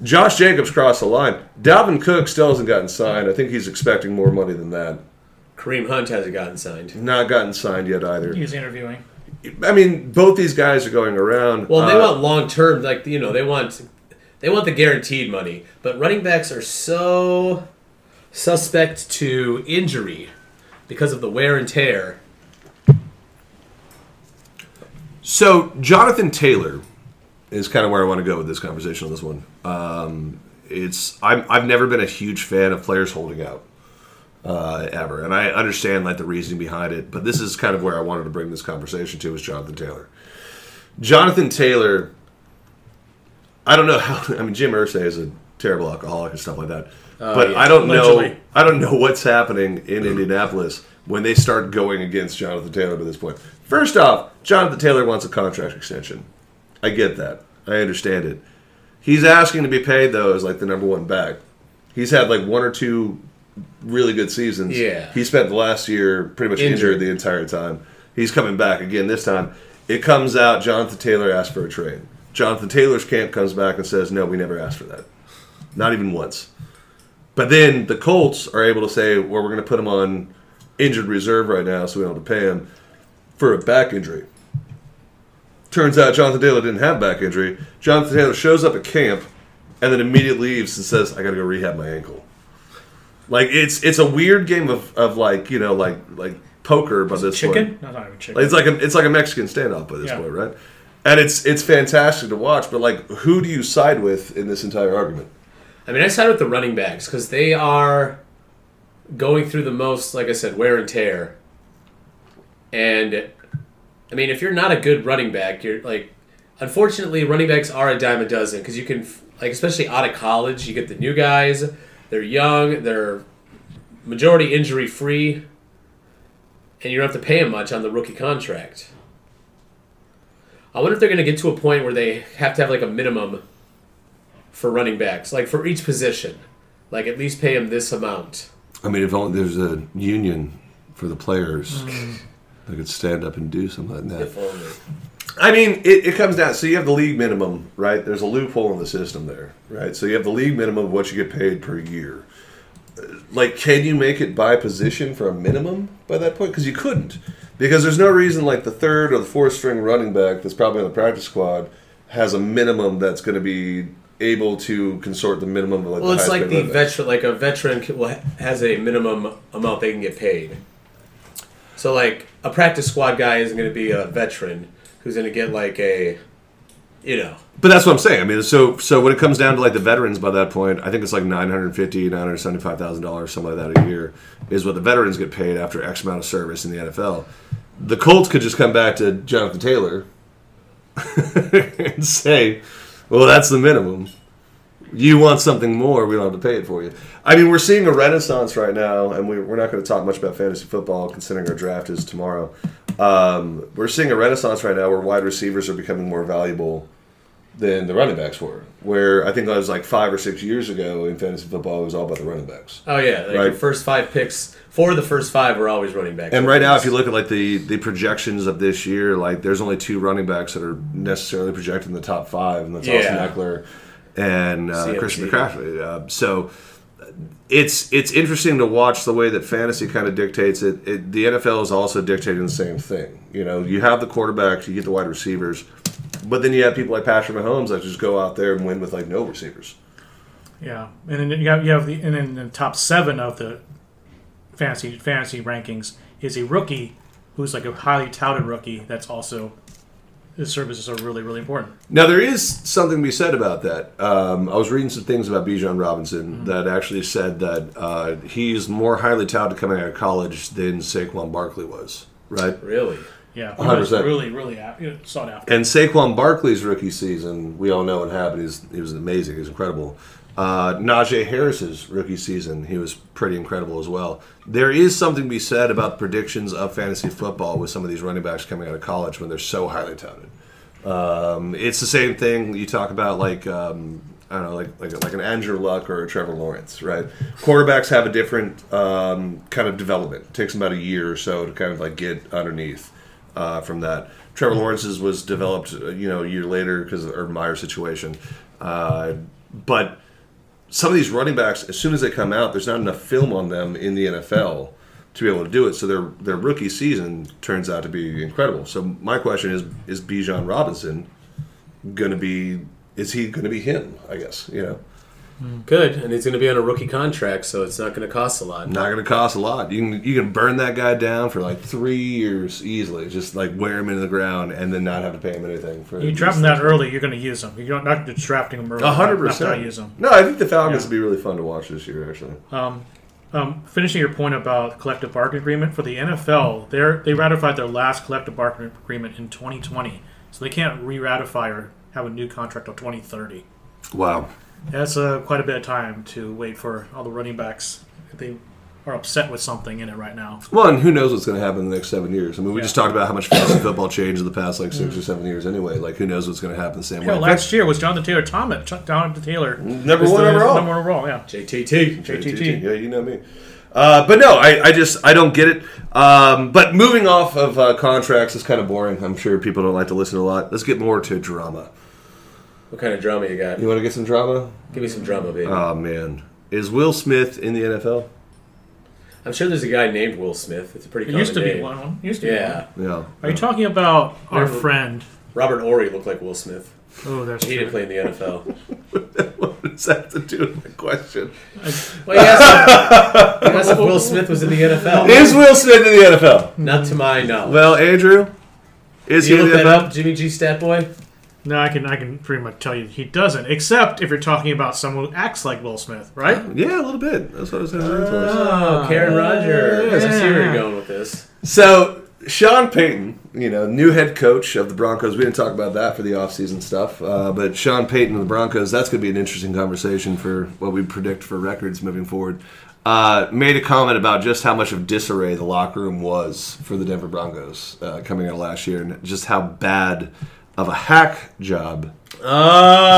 Speaker 2: Josh Jacobs crossed the line. Dalvin Cook still hasn't gotten signed. I think he's expecting more money than that.
Speaker 1: Kareem Hunt hasn't gotten signed.
Speaker 2: Not gotten signed yet either.
Speaker 3: He was interviewing.
Speaker 2: I mean, both these guys are going around.
Speaker 1: Well, they
Speaker 2: Uh,
Speaker 1: want long term, like you know, they want they want the guaranteed money. But running backs are so suspect to injury because of the wear and tear.
Speaker 2: So Jonathan Taylor is kind of where I want to go with this conversation on this one. Um, it's I'm, I've never been a huge fan of players holding out uh, ever, and I understand like the reasoning behind it, but this is kind of where I wanted to bring this conversation to is Jonathan Taylor. Jonathan Taylor, I don't know how. I mean, Jim Irsay is a terrible alcoholic and stuff like that,
Speaker 1: Oh,
Speaker 2: but
Speaker 1: yeah.
Speaker 2: I don't know.
Speaker 1: Allegedly.
Speaker 2: I don't know what's happening in Indianapolis when they start going against Jonathan Taylor by this point. First off, Jonathan Taylor wants a contract extension. I get that. I understand it. He's asking to be paid though as like the number one back. He's had like one or two really good seasons.
Speaker 1: Yeah.
Speaker 2: He spent the last year pretty much injured,
Speaker 1: Injured.
Speaker 2: the entire time. He's coming back again this time. It comes out Jonathan Taylor asked for a trade. Jonathan Taylor's camp comes back and says, "No, we never asked for that. Not even once." But then the Colts are able to say, "Well, we're going to put him on injured reserve right now, so we don't have to pay him for a back injury." Turns out Jonathan Taylor didn't have back injury. Jonathan Taylor shows up at camp and then immediately leaves and says, "I got to go rehab my ankle." Like it's it's a weird game of, of like you know like like poker by this
Speaker 3: Chicken?
Speaker 2: point.
Speaker 3: No, it's not even chicken.
Speaker 2: Like, it's like a it's like a Mexican standoff by this
Speaker 3: Yeah.
Speaker 2: point, right? And it's it's fantastic to watch, but like who do you side with in this entire argument?
Speaker 1: I mean, I side with the running backs because they are going through the most, like I said, wear and tear. And I mean, if you're not a good running back, you're like, unfortunately, running backs are a dime a dozen because you can, like, especially out of college, you get the new guys. They're young. They're majority injury free, and you don't have to pay them much on the rookie contract. I wonder if they're going to get to a point where they have to have like a minimum for running backs, like for each position, like at least pay him this amount.
Speaker 2: I mean, if only there's a union for the players
Speaker 3: Mm.
Speaker 2: that could stand up and do something like that.
Speaker 1: If only.
Speaker 2: I mean, it, it comes down. So you have the league minimum, right? There's a loophole in the system there, right? So you have the league minimum of what you get paid per year. Uh, Like, can you make it by position for a minimum by that point? Because you couldn't, because there's no reason like the third or the fourth string running back that's probably on the practice squad has a minimum that's going to be able to consort the minimum of like
Speaker 1: Well,
Speaker 2: the
Speaker 1: it's like
Speaker 2: highest paid
Speaker 1: the
Speaker 2: running back.
Speaker 1: veteran, like a veteran c- will- has a minimum amount they can get paid. So, like a practice squad guy isn't going to be a veteran who's going to get like a, you know,
Speaker 2: But that's what I'm saying. I mean, so so when it comes down to like the veterans by that point, I think it's like nine hundred fifty, nine hundred seventy five thousand dollars, something like that a year is what the veterans get paid after X amount of service in the NFL. The Colts could just come back to Jonathan Taylor <laughs> and say, "Well, that's the minimum. You want something more, we don't have to pay it for you." I mean, we're seeing a renaissance right now, and we, we're not going to talk much about fantasy football considering our draft is tomorrow. Um, we're seeing a renaissance right now where wide receivers are becoming more valuable than the running backs were. Where I think I was like five or six years ago in fantasy football, it was all about the running backs.
Speaker 1: oh yeah, like
Speaker 2: Right.
Speaker 1: the first five picks, four of the first five were always running backs.
Speaker 2: And right now, if you look at like the the projections of this year, like there's only two running backs that are necessarily projected in the top five, and that's Austin
Speaker 1: Yeah.
Speaker 2: Eckler and uh,
Speaker 1: CMC.
Speaker 2: Christian McCaffrey. Uh, so it's it's interesting to watch the way that fantasy kind of dictates it. it. The NFL is also dictating the same thing. You know, you have the quarterbacks, you get the wide receivers, but then you have people like Patrick Mahomes that just go out there and win with like no receivers.
Speaker 3: Yeah, and then you have, you have the and then the top seven of the fantasy fantasy rankings is a rookie who's like a highly touted rookie. That's also his services are really really important.
Speaker 2: Now there is something to be said about that. Um, I was reading some things about Bijan Robinson that actually said that uh, he's more highly touted coming out of college than Saquon Barkley was, right?
Speaker 1: really,
Speaker 3: Yeah, he
Speaker 2: 100%.
Speaker 3: was really really a- you know, sought after.
Speaker 2: And Saquon Barkley's rookie season, we all know what happened. He was, he was amazing. He was incredible. Uh, Najee Harris's rookie season, he was pretty incredible as well. There is something to be said about predictions of fantasy football with some of these running backs coming out of college when they're so highly touted. Um, it's the same thing you talk about, like um, I don't know, like like like an Andrew Luck or a Trevor Lawrence, right? Quarterbacks have a different um, kind of development. It takes them about a year or so to kind of like get underneath uh, from that. Trevor Lawrence's was developed, uh, you know, a year later because of the Urban Meyer situation, uh, but some of these running backs, as soon as they come out, there's not enough film on them in the NFL to be able to do it. So their their rookie season turns out to be incredible. So my question is: Is Bijan Robinson going to be? Is he going to be him? I guess you know,
Speaker 1: good, and he's going to be on a rookie contract, so it's not going to cost a lot.
Speaker 2: not going to cost a lot. You can you can burn that guy down for like three years easily. Just like wear him into the ground and then not have to pay him anything for.
Speaker 3: You drop him that early, you're going to use them. You're not just drafting them early.
Speaker 2: A hundred
Speaker 3: not- not
Speaker 2: percent.
Speaker 3: gonna Use them.
Speaker 2: No, I think the Falcons
Speaker 3: Yeah.
Speaker 2: would be really fun to watch this year. Actually,
Speaker 3: Um, um, finishing your point about collective bargaining agreement for the NFL, they they ratified their last collective bargaining agreement in 2020, so they can't re-ratify or have a new contract till 2030.
Speaker 2: wow.
Speaker 3: That's uh, quite a bit of time to wait for all the running backs if they are upset with something in it right now.
Speaker 2: Well, and who knows what's going to happen in the next seven years? I mean, we just talked about how much fantasy football changed in the past like six or seven years. Anyway, like who knows what's going to happen the same
Speaker 3: Hell,
Speaker 2: way.
Speaker 3: last year was Jonathan Taylor Thomas. Ch- Jonathan Taylor.
Speaker 2: Number
Speaker 3: was
Speaker 2: one
Speaker 3: the
Speaker 2: overall.
Speaker 3: Number one overall, yeah.
Speaker 1: JTT.
Speaker 3: JTT.
Speaker 2: Yeah, you know me. Uh, but no, I, I just I don't get it. Um, but moving off of uh, contracts is kind of boring. I'm sure people don't like to listen a lot. Let's get more to drama.
Speaker 1: What kind of drama you got?
Speaker 2: You want to get some drama?
Speaker 1: Give me some drama, baby.
Speaker 2: Oh man, is Will Smith in the NFL?
Speaker 1: I'm sure there's a guy named Will Smith. It's a pretty.
Speaker 3: It
Speaker 1: Common
Speaker 3: used to be
Speaker 1: name.
Speaker 3: one of them. Used to be one.
Speaker 1: Yeah,
Speaker 2: <laughs> Yeah.
Speaker 3: Are you talking about our
Speaker 1: Remember-
Speaker 3: friend?
Speaker 1: Robert Ory looked like Will Smith.
Speaker 3: Oh, that's
Speaker 1: He didn't
Speaker 3: true.
Speaker 1: play in the NFL.
Speaker 2: what does that have to do with my question?
Speaker 1: <laughs> Well, he asked, if, he asked <laughs> if Will Smith was in the NFL.
Speaker 2: Is Will Smith in the NFL?
Speaker 1: Not to my knowledge.
Speaker 2: Well, Andrew, is
Speaker 1: Did you
Speaker 2: he in
Speaker 1: look
Speaker 2: the
Speaker 1: that
Speaker 2: NFL?
Speaker 1: up, Jimmy G Stat Boy?
Speaker 3: No, I can I can pretty much tell you he doesn't. Except if you're talking about someone who acts like Will Smith, right?
Speaker 2: Yeah, a little bit. That's what I was going to lean towards.
Speaker 1: Oh, Karen Rogers. I see where you're going with this.
Speaker 2: So Sean Payton, you know, new head coach of the Broncos. We didn't talk about that for the offseason stuff, uh, but Sean Payton of the Broncos. That's going to be an interesting conversation for what we predict for records moving forward. Uh, made a comment about just how much of disarray the locker room was for the Denver Broncos uh, coming out of last year, and just how bad of a hack job
Speaker 1: Oh,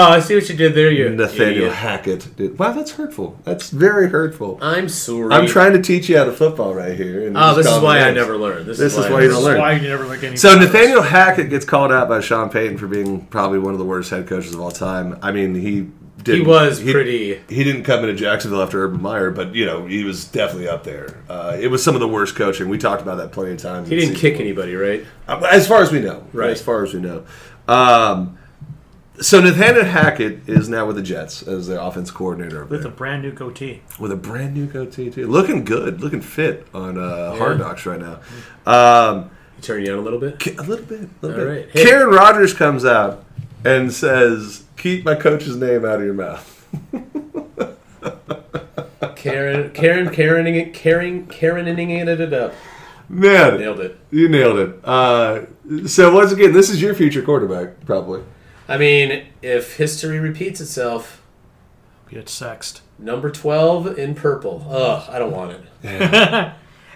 Speaker 1: I see what you did there, you
Speaker 2: Nathaniel
Speaker 1: idiot.
Speaker 2: Hackett did. Wow, that's hurtful. That's very hurtful.
Speaker 1: I'm sorry.
Speaker 2: I'm trying to teach you how to football right here. and
Speaker 1: Oh,
Speaker 2: just
Speaker 1: this is
Speaker 2: calling
Speaker 1: why I
Speaker 2: names.
Speaker 1: never learned. This,
Speaker 2: This
Speaker 1: is,
Speaker 2: is why
Speaker 1: I
Speaker 2: you don't
Speaker 1: never-
Speaker 2: learn.
Speaker 3: Why you never like any.
Speaker 2: So Nathaniel Hackett gets called out by Sean Payton for being probably one of the worst head coaches of all time. I mean, he did.
Speaker 1: He was pretty.
Speaker 2: He didn't come into Jacksonville after Urban Meyer, but you know he was definitely up there. Uh, it was some of the worst coaching. We talked about that plenty of times.
Speaker 1: He
Speaker 2: in
Speaker 1: didn't
Speaker 2: season
Speaker 1: kick
Speaker 2: one.
Speaker 1: anybody, right?
Speaker 2: Uh, as far as we know.
Speaker 1: Right.
Speaker 2: As far as we know. Um, so Nathaniel Hackett is now with the Jets as their offense coordinator over
Speaker 3: with a
Speaker 2: there.
Speaker 3: brand new goatee.
Speaker 2: with a brand new goatee too, looking good, looking fit on uh, Hard Knocks right now. Um,
Speaker 1: He turned you on a little bit.
Speaker 2: K- A little bit. A little
Speaker 1: All
Speaker 2: bit.
Speaker 1: right, hit
Speaker 2: Karen Rogers comes out and says, "Keep my coach's name out of your mouth."
Speaker 1: Karen, Karen, Karening it, Karen, Karening it up.
Speaker 2: Man,
Speaker 1: Nailed it.
Speaker 2: you nailed it. Uh, so once again, this is your future quarterback, probably.
Speaker 1: I mean, if history repeats itself,
Speaker 3: Get sexed.
Speaker 1: number 12 in purple. Ugh, I don't want it.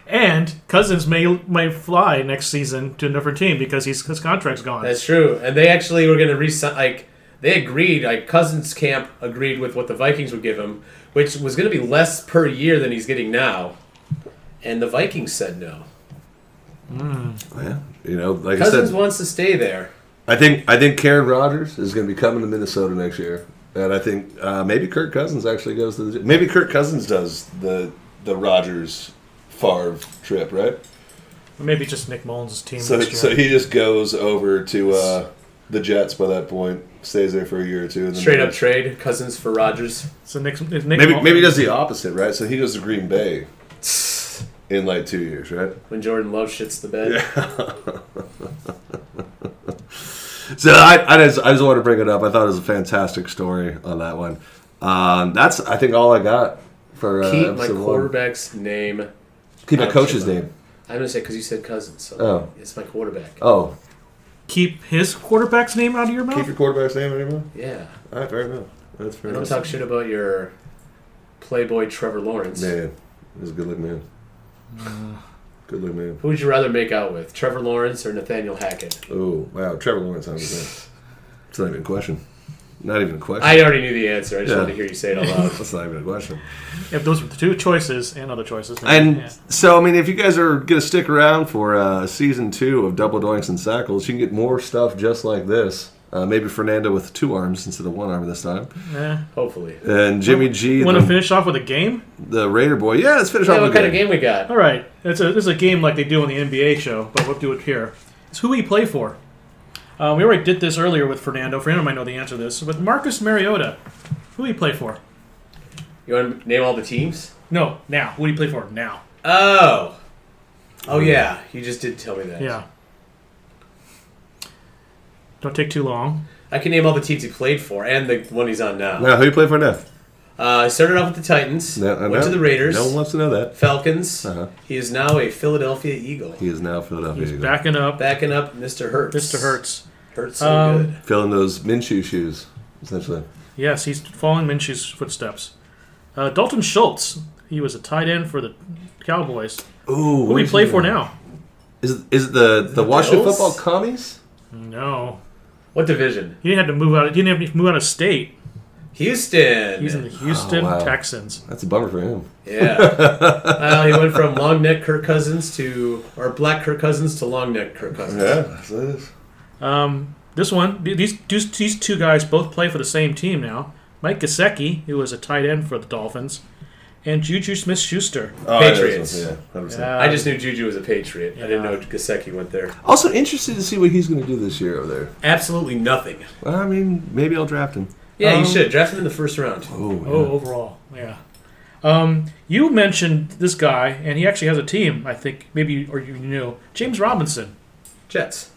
Speaker 3: And Cousins may may fly next season to a different team because he's, his contract's gone.
Speaker 1: That's true. And they actually were going to resign. Like they agreed. Like Cousins camp agreed with what the Vikings would give him, which was going to be less per year than he's getting now. And the Vikings said no.
Speaker 2: Yeah. You know, like I
Speaker 1: Cousins
Speaker 2: said,
Speaker 1: wants to stay there.
Speaker 2: I think I think Karen Rogers is going to be coming to Minnesota next year, and I think uh, maybe Kirk Cousins actually goes to the maybe Kirk Cousins does the the Rogers Favre trip, right?
Speaker 3: Maybe just Nick Mullins' team
Speaker 2: So,
Speaker 3: next year.
Speaker 2: so he just goes over to uh, the Jets by that point, stays there for a year or two, and then
Speaker 1: Straight up trade Cousins for Rogers.
Speaker 3: so Nick, if Nick
Speaker 2: Maybe
Speaker 3: Mullins-
Speaker 2: maybe he does the opposite, right? So he goes to Green Bay <sniffs> in like two years, right?
Speaker 1: When Jordan Love shits the bed,
Speaker 2: So I, I just I just wanted to bring it up. I thought it was a fantastic story on that one. Um, that's I think all I got for uh,
Speaker 1: keep my
Speaker 2: episode one.
Speaker 1: quarterback's name.
Speaker 2: Keep my
Speaker 1: out
Speaker 2: coach's
Speaker 1: your
Speaker 2: name.
Speaker 1: I'm gonna say because you said Cousins. So
Speaker 2: Oh.
Speaker 1: it's my quarterback.
Speaker 2: Oh,
Speaker 3: keep his quarterback's name out of your
Speaker 2: keep
Speaker 3: mouth.
Speaker 2: your quarterback's name anymore.
Speaker 1: Yeah,
Speaker 2: All right, fair enough. That's fair
Speaker 1: I don't
Speaker 2: enough.
Speaker 1: talk shit about your playboy Trevor Lawrence.
Speaker 2: man, he's a good looking man. Good looking man.
Speaker 1: Who would you rather make out with, Trevor Lawrence or Nathaniel Hackett?
Speaker 2: <laughs> Oh wow, Trevor Lawrence, hundred percent. It's not even a question. Not even a question.
Speaker 1: I already knew the answer. I just
Speaker 2: Yeah.
Speaker 1: wanted to hear you say it out
Speaker 2: <laughs>
Speaker 1: loud.
Speaker 2: That's not even a question.
Speaker 3: If those were the two choices and other choices, then
Speaker 2: And
Speaker 3: yeah.
Speaker 2: so, I mean, if you guys are going to stick around for uh, season two of Double Doinks and Sackles, you can get more stuff just like this. Uh, maybe Fernando with two arms instead of one arm this time.
Speaker 3: Eh.
Speaker 1: Hopefully.
Speaker 2: And Jimmy G,
Speaker 3: want to
Speaker 2: the,
Speaker 3: finish off with a game?
Speaker 2: the Raider boy. Yeah, let's finish
Speaker 1: Yeah,
Speaker 2: off
Speaker 1: what
Speaker 2: with the
Speaker 1: kind of game we got?
Speaker 3: All right, it's a it's a game like they do on the NBA show, but we'll do it here. It's who we play for. Uh, we already did this earlier with Fernando. Fernando might know the answer to this, but Marcus Mariota, who we play for?
Speaker 1: You want to name all the teams?
Speaker 3: No, now. Who do you play for now?
Speaker 1: Oh. Oh
Speaker 2: Mm.
Speaker 1: yeah, you just did tell me that.
Speaker 3: Yeah. Don't take too long.
Speaker 1: I can name all the teams he played for and the one he's on now.
Speaker 2: Now, who you play for now?
Speaker 1: Uh, started off with the Titans.
Speaker 2: No,
Speaker 1: went
Speaker 2: no,
Speaker 1: to the Raiders.
Speaker 2: No one wants to know that.
Speaker 1: Falcons.
Speaker 2: Uh-huh.
Speaker 1: He is now a Philadelphia Eagle.
Speaker 2: He is now Philadelphia.
Speaker 3: He's
Speaker 2: Eagle.
Speaker 3: backing up,
Speaker 1: Backing up Mr. Hurts.
Speaker 3: Mr. Hertz.
Speaker 1: Hurts so
Speaker 3: Um,
Speaker 1: good.
Speaker 2: Filling those Minshew shoes, essentially.
Speaker 3: Yes, he's following Minshew's footsteps. Uh, Dalton Schultz. He was a tight end for the Cowboys.
Speaker 2: Ooh,
Speaker 3: Who
Speaker 2: what
Speaker 3: we
Speaker 2: is
Speaker 3: play
Speaker 2: he
Speaker 3: for
Speaker 2: doing?
Speaker 3: now?
Speaker 2: Is it, is it the the, Washington
Speaker 1: Bills?
Speaker 2: football commies?
Speaker 3: No,
Speaker 1: What division?
Speaker 3: he didn't have to move out. He didn't have to move out of state.
Speaker 1: Houston.
Speaker 3: He's in the Houston
Speaker 2: Oh, wow.
Speaker 3: Texans.
Speaker 2: That's a bummer for him. <laughs>
Speaker 1: Yeah. well, he went from long neck Kirk Cousins to or black Kirk Cousins to long neck Kirk Cousins.
Speaker 2: that's it.
Speaker 3: Um, this one, th- these these these two guys both play for the same team now. Mike Gesicki, who was a tight end for the Dolphins, and Juju Smith-Schuster.
Speaker 2: Oh,
Speaker 1: Patriots.
Speaker 2: yeah, 100%.
Speaker 1: I just knew Juju was a Patriot. I didn't know Gasecki went there.
Speaker 2: Also interested to see what he's going to do this year over there.
Speaker 1: Absolutely nothing.
Speaker 2: Well, I mean, maybe I'll draft him.
Speaker 1: Yeah,
Speaker 3: Um,
Speaker 1: you should draft him in the first round.
Speaker 2: Oh,
Speaker 3: Oh, overall, yeah. Um, you mentioned this guy, and he actually has a team. I think maybe you, or you knew James Robinson.
Speaker 1: Jets.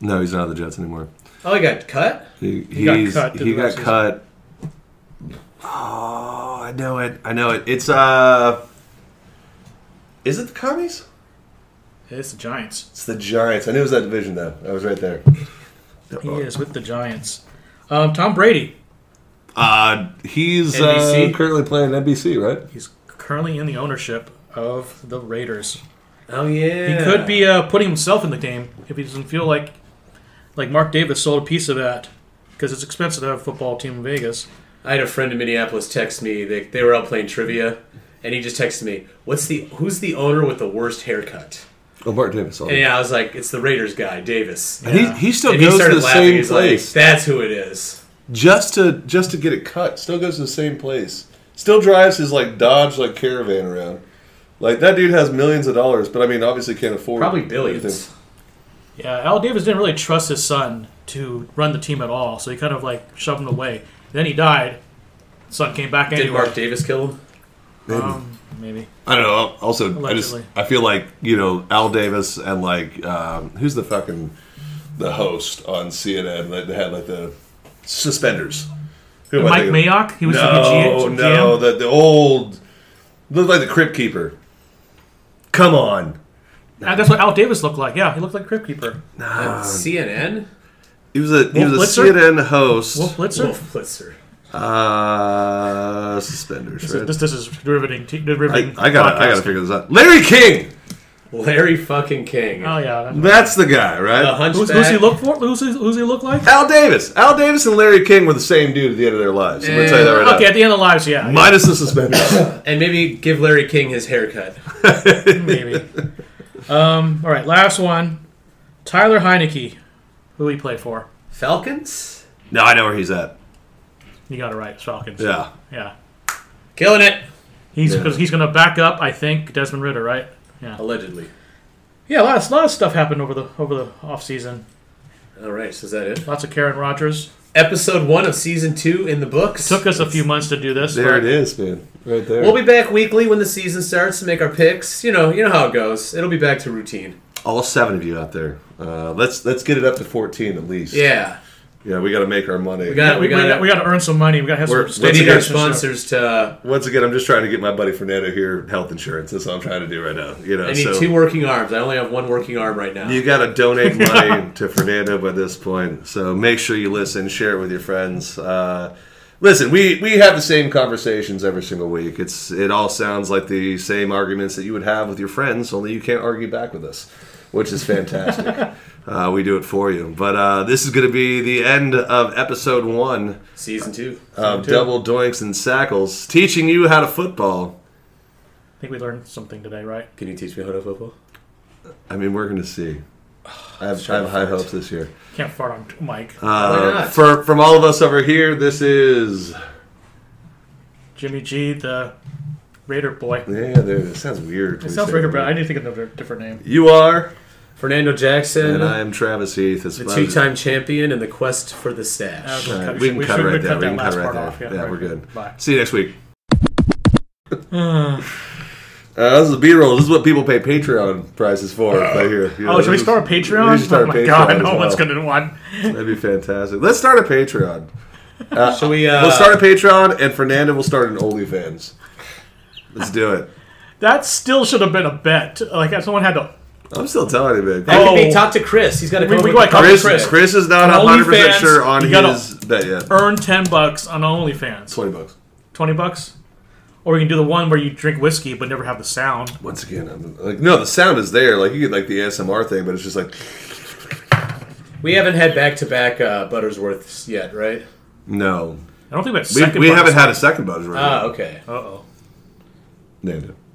Speaker 2: no, he's not on the Jets anymore.
Speaker 1: Oh, he got cut.
Speaker 2: He,
Speaker 3: got
Speaker 2: he's-
Speaker 3: cut through
Speaker 2: He
Speaker 3: the
Speaker 2: got
Speaker 3: offseason.
Speaker 2: cut. Oh, I know it. I know it. It's uh, is it the commies?
Speaker 3: It's the Giants.
Speaker 2: It's the Giants. I knew it was that division though. I was right there.
Speaker 3: He is with the Giants. Um, Tom Brady.
Speaker 2: Uh, he's uh,
Speaker 1: NBC?
Speaker 2: currently playing NBC, right?
Speaker 3: He's currently in the ownership of the Raiders.
Speaker 1: Oh yeah.
Speaker 3: He could be uh, putting himself in the game if he doesn't feel like like Mark Davis sold a piece of that because it's expensive to have a football team in Vegas.
Speaker 1: I had a friend in Minneapolis text me. They, they were out playing trivia, and he just texted me, "What's the who's the owner with the worst haircut?"
Speaker 2: Oh, Mark Davis. all
Speaker 1: And
Speaker 2: right.
Speaker 1: yeah, I was like, "It's the Raiders guy, Davis."
Speaker 2: And he, he still
Speaker 1: And he
Speaker 2: goes to
Speaker 1: started
Speaker 2: the
Speaker 1: laughing.
Speaker 2: same
Speaker 1: He's like,
Speaker 2: place
Speaker 1: "That's who it is."
Speaker 2: just to just to get it cut. Still goes to the same place. Still drives his like Dodge like caravan around. Like that dude has millions of dollars, but I mean, obviously can't afford
Speaker 1: Probably
Speaker 2: everything.
Speaker 1: billions.
Speaker 3: Yeah, Al Davis didn't really trust his son to run the team at all, so he kind of like shoved him away. Then he died. Son came back
Speaker 1: Did
Speaker 3: anyway.
Speaker 1: Mark Davis kill him?
Speaker 3: Um, maybe.
Speaker 2: I don't know. Also, I
Speaker 3: Allegedly.
Speaker 2: just I feel like you know Al Davis and like um, who's the fucking the host on CNN that had like the suspenders. Who am I
Speaker 3: Mike
Speaker 2: thinking of?
Speaker 3: Mayock? He was the
Speaker 2: No,
Speaker 3: GM?
Speaker 2: no, the, the old looked like the crypt keeper. Come on,
Speaker 3: Ah, That's what Al Davis looked like. Yeah, he looked like Crypt Keeper.
Speaker 1: On CNN.
Speaker 2: he was a he
Speaker 3: Wolf
Speaker 2: was a
Speaker 3: Blitzer?
Speaker 2: CNN host.
Speaker 3: Wolf Blitzer?
Speaker 1: Wolf Blitzer.
Speaker 2: Uh, suspenders.
Speaker 3: So
Speaker 2: Right?
Speaker 3: this, this is riveting. T- riveting
Speaker 2: I, I gotta I gotta
Speaker 3: podcasting.
Speaker 2: figure this out. Larry King,
Speaker 1: Larry fucking King.
Speaker 3: Oh, yeah.
Speaker 2: that's the guy, right?
Speaker 1: The hunchback.
Speaker 3: Who's, who's he look for? Who's he, who's he look like?
Speaker 2: Al Davis. Al Davis and Larry King were the same dude at the end of their lives. I'm gonna tell you that right now.
Speaker 3: <laughs> okay, at the end of lives,
Speaker 2: <laughs>
Speaker 3: yeah.
Speaker 2: Minus the suspenders. <laughs>
Speaker 1: And maybe give Larry King his haircut.
Speaker 3: maybe. Um, all right, last one. Tyler Heineke, who he played for.
Speaker 1: Falcons?
Speaker 2: no, I know where he's at.
Speaker 3: You got it right, it's Falcons.
Speaker 2: Yeah.
Speaker 3: Yeah.
Speaker 1: Killing it.
Speaker 3: He's because he's going to back up, I think, Desmond Ritter, right? Yeah.
Speaker 1: Allegedly.
Speaker 3: Yeah, a lot, of, lot of stuff happened over the over the offseason.
Speaker 1: All right, so is that it?
Speaker 3: Lots of Karen Rodgers.
Speaker 1: Episode one of season two in the books.
Speaker 3: Took us a few months to do this.
Speaker 2: There
Speaker 3: but
Speaker 2: it is, man. Right there.
Speaker 1: We'll be back weekly when the season starts to make our picks. You know, you know how it goes. It'll be back to routine.
Speaker 2: All seven of you out there. Uh, let's let's get it up to fourteen at least.
Speaker 1: Yeah,
Speaker 2: Yeah, we gotta make our money.
Speaker 1: got- We
Speaker 3: We, we, got,
Speaker 1: gotta-
Speaker 3: we got to earn some money. We got to have
Speaker 2: We're-
Speaker 3: some
Speaker 1: we
Speaker 2: Let's
Speaker 3: steady
Speaker 1: need our
Speaker 2: get
Speaker 3: relationship.
Speaker 1: sponsors to.
Speaker 2: Once again, I'm just trying to get my buddy Fernando here health insurance. That's what I'm trying to do right now. You know,
Speaker 1: I need
Speaker 2: so
Speaker 1: two working arms. I only have one working arm right now.
Speaker 2: you gotta donate money to Fernando by this point. So make sure you listen, share it with your friends. Uh, listen, we we have the same conversations every single week. It's it all sounds like the same arguments that you would have with your friends, only you can't argue back with us, which is fantastic. uh, we do it for you. But uh, this is gonna be the end of episode one.
Speaker 1: Season two.
Speaker 2: of double doinks and sackles, teaching you how to football.
Speaker 3: I think we learned something today, right?
Speaker 1: Can you teach me how to football?
Speaker 2: I mean, we're going to see. I have, I have high hopes this year.
Speaker 3: Can't fart on Mike.
Speaker 1: Why
Speaker 2: Uh,
Speaker 1: not?
Speaker 2: for from all of us over here, this is
Speaker 3: Jimmy G, the Raider boy.
Speaker 2: yeah. There, it sounds weird.
Speaker 3: It sounds Raider, but I need to think of a different name.
Speaker 2: You are,
Speaker 1: Fernando Jackson,
Speaker 2: and I am Travis Heath. It's
Speaker 1: the
Speaker 2: my-
Speaker 1: two-time champion in the quest for the stash.
Speaker 3: Uh,
Speaker 2: All right, we
Speaker 3: We should-
Speaker 2: can
Speaker 3: we
Speaker 2: cut
Speaker 3: should-
Speaker 2: right
Speaker 3: we
Speaker 2: there.
Speaker 3: cut
Speaker 2: We
Speaker 3: that
Speaker 2: can cut
Speaker 3: last
Speaker 2: right
Speaker 3: part
Speaker 2: there.
Speaker 3: off. Yeah,
Speaker 2: yeah,
Speaker 3: right.
Speaker 2: we're good.
Speaker 3: Bye. Hmm.
Speaker 2: See you next week. Uh, this is B roll. This is what people pay Patreon prices for. right here. You know,
Speaker 3: Oh, should we
Speaker 2: this
Speaker 3: start a
Speaker 2: is-
Speaker 3: Patreon?
Speaker 2: We should start
Speaker 3: oh my
Speaker 2: a Patreon
Speaker 3: god,
Speaker 2: as
Speaker 3: no one's
Speaker 2: well.
Speaker 3: gonna want.
Speaker 2: That'd be fantastic. Let's start a Patreon.
Speaker 1: Shall we? Uh,
Speaker 2: We'll start a Patreon, and Fernando will start an OnlyFans. Let's do it.
Speaker 3: That still should have been a bet. Like someone had to.
Speaker 2: I'm still telling you, man.
Speaker 1: That could be-
Speaker 3: Oh.
Speaker 1: talk to Chris. He's got to
Speaker 3: We-
Speaker 1: come
Speaker 3: we
Speaker 1: up with
Speaker 3: got
Speaker 1: a
Speaker 2: Chris,
Speaker 1: concept.
Speaker 2: Chris is not
Speaker 3: An
Speaker 2: 100 percent
Speaker 3: OnlyFans,
Speaker 2: sure on
Speaker 3: you gotta
Speaker 2: his bet yet.
Speaker 3: Earn ten bucks on OnlyFans.
Speaker 2: Twenty bucks.
Speaker 3: Twenty bucks. Or we can do the one where you drink whiskey but never have the sound.
Speaker 2: Once again, I'm like, no, the sound is there. Like you get like the ASMR thing, but it's just like
Speaker 1: We haven't had back to back Buttersworths yet, right?
Speaker 2: no.
Speaker 3: I don't think that's
Speaker 2: We,
Speaker 3: second Uh.
Speaker 2: we
Speaker 3: Buttersworth.
Speaker 2: Ah, haven't had a second Buttersworth.
Speaker 1: Ah, okay.
Speaker 3: Uh oh.
Speaker 2: No, no.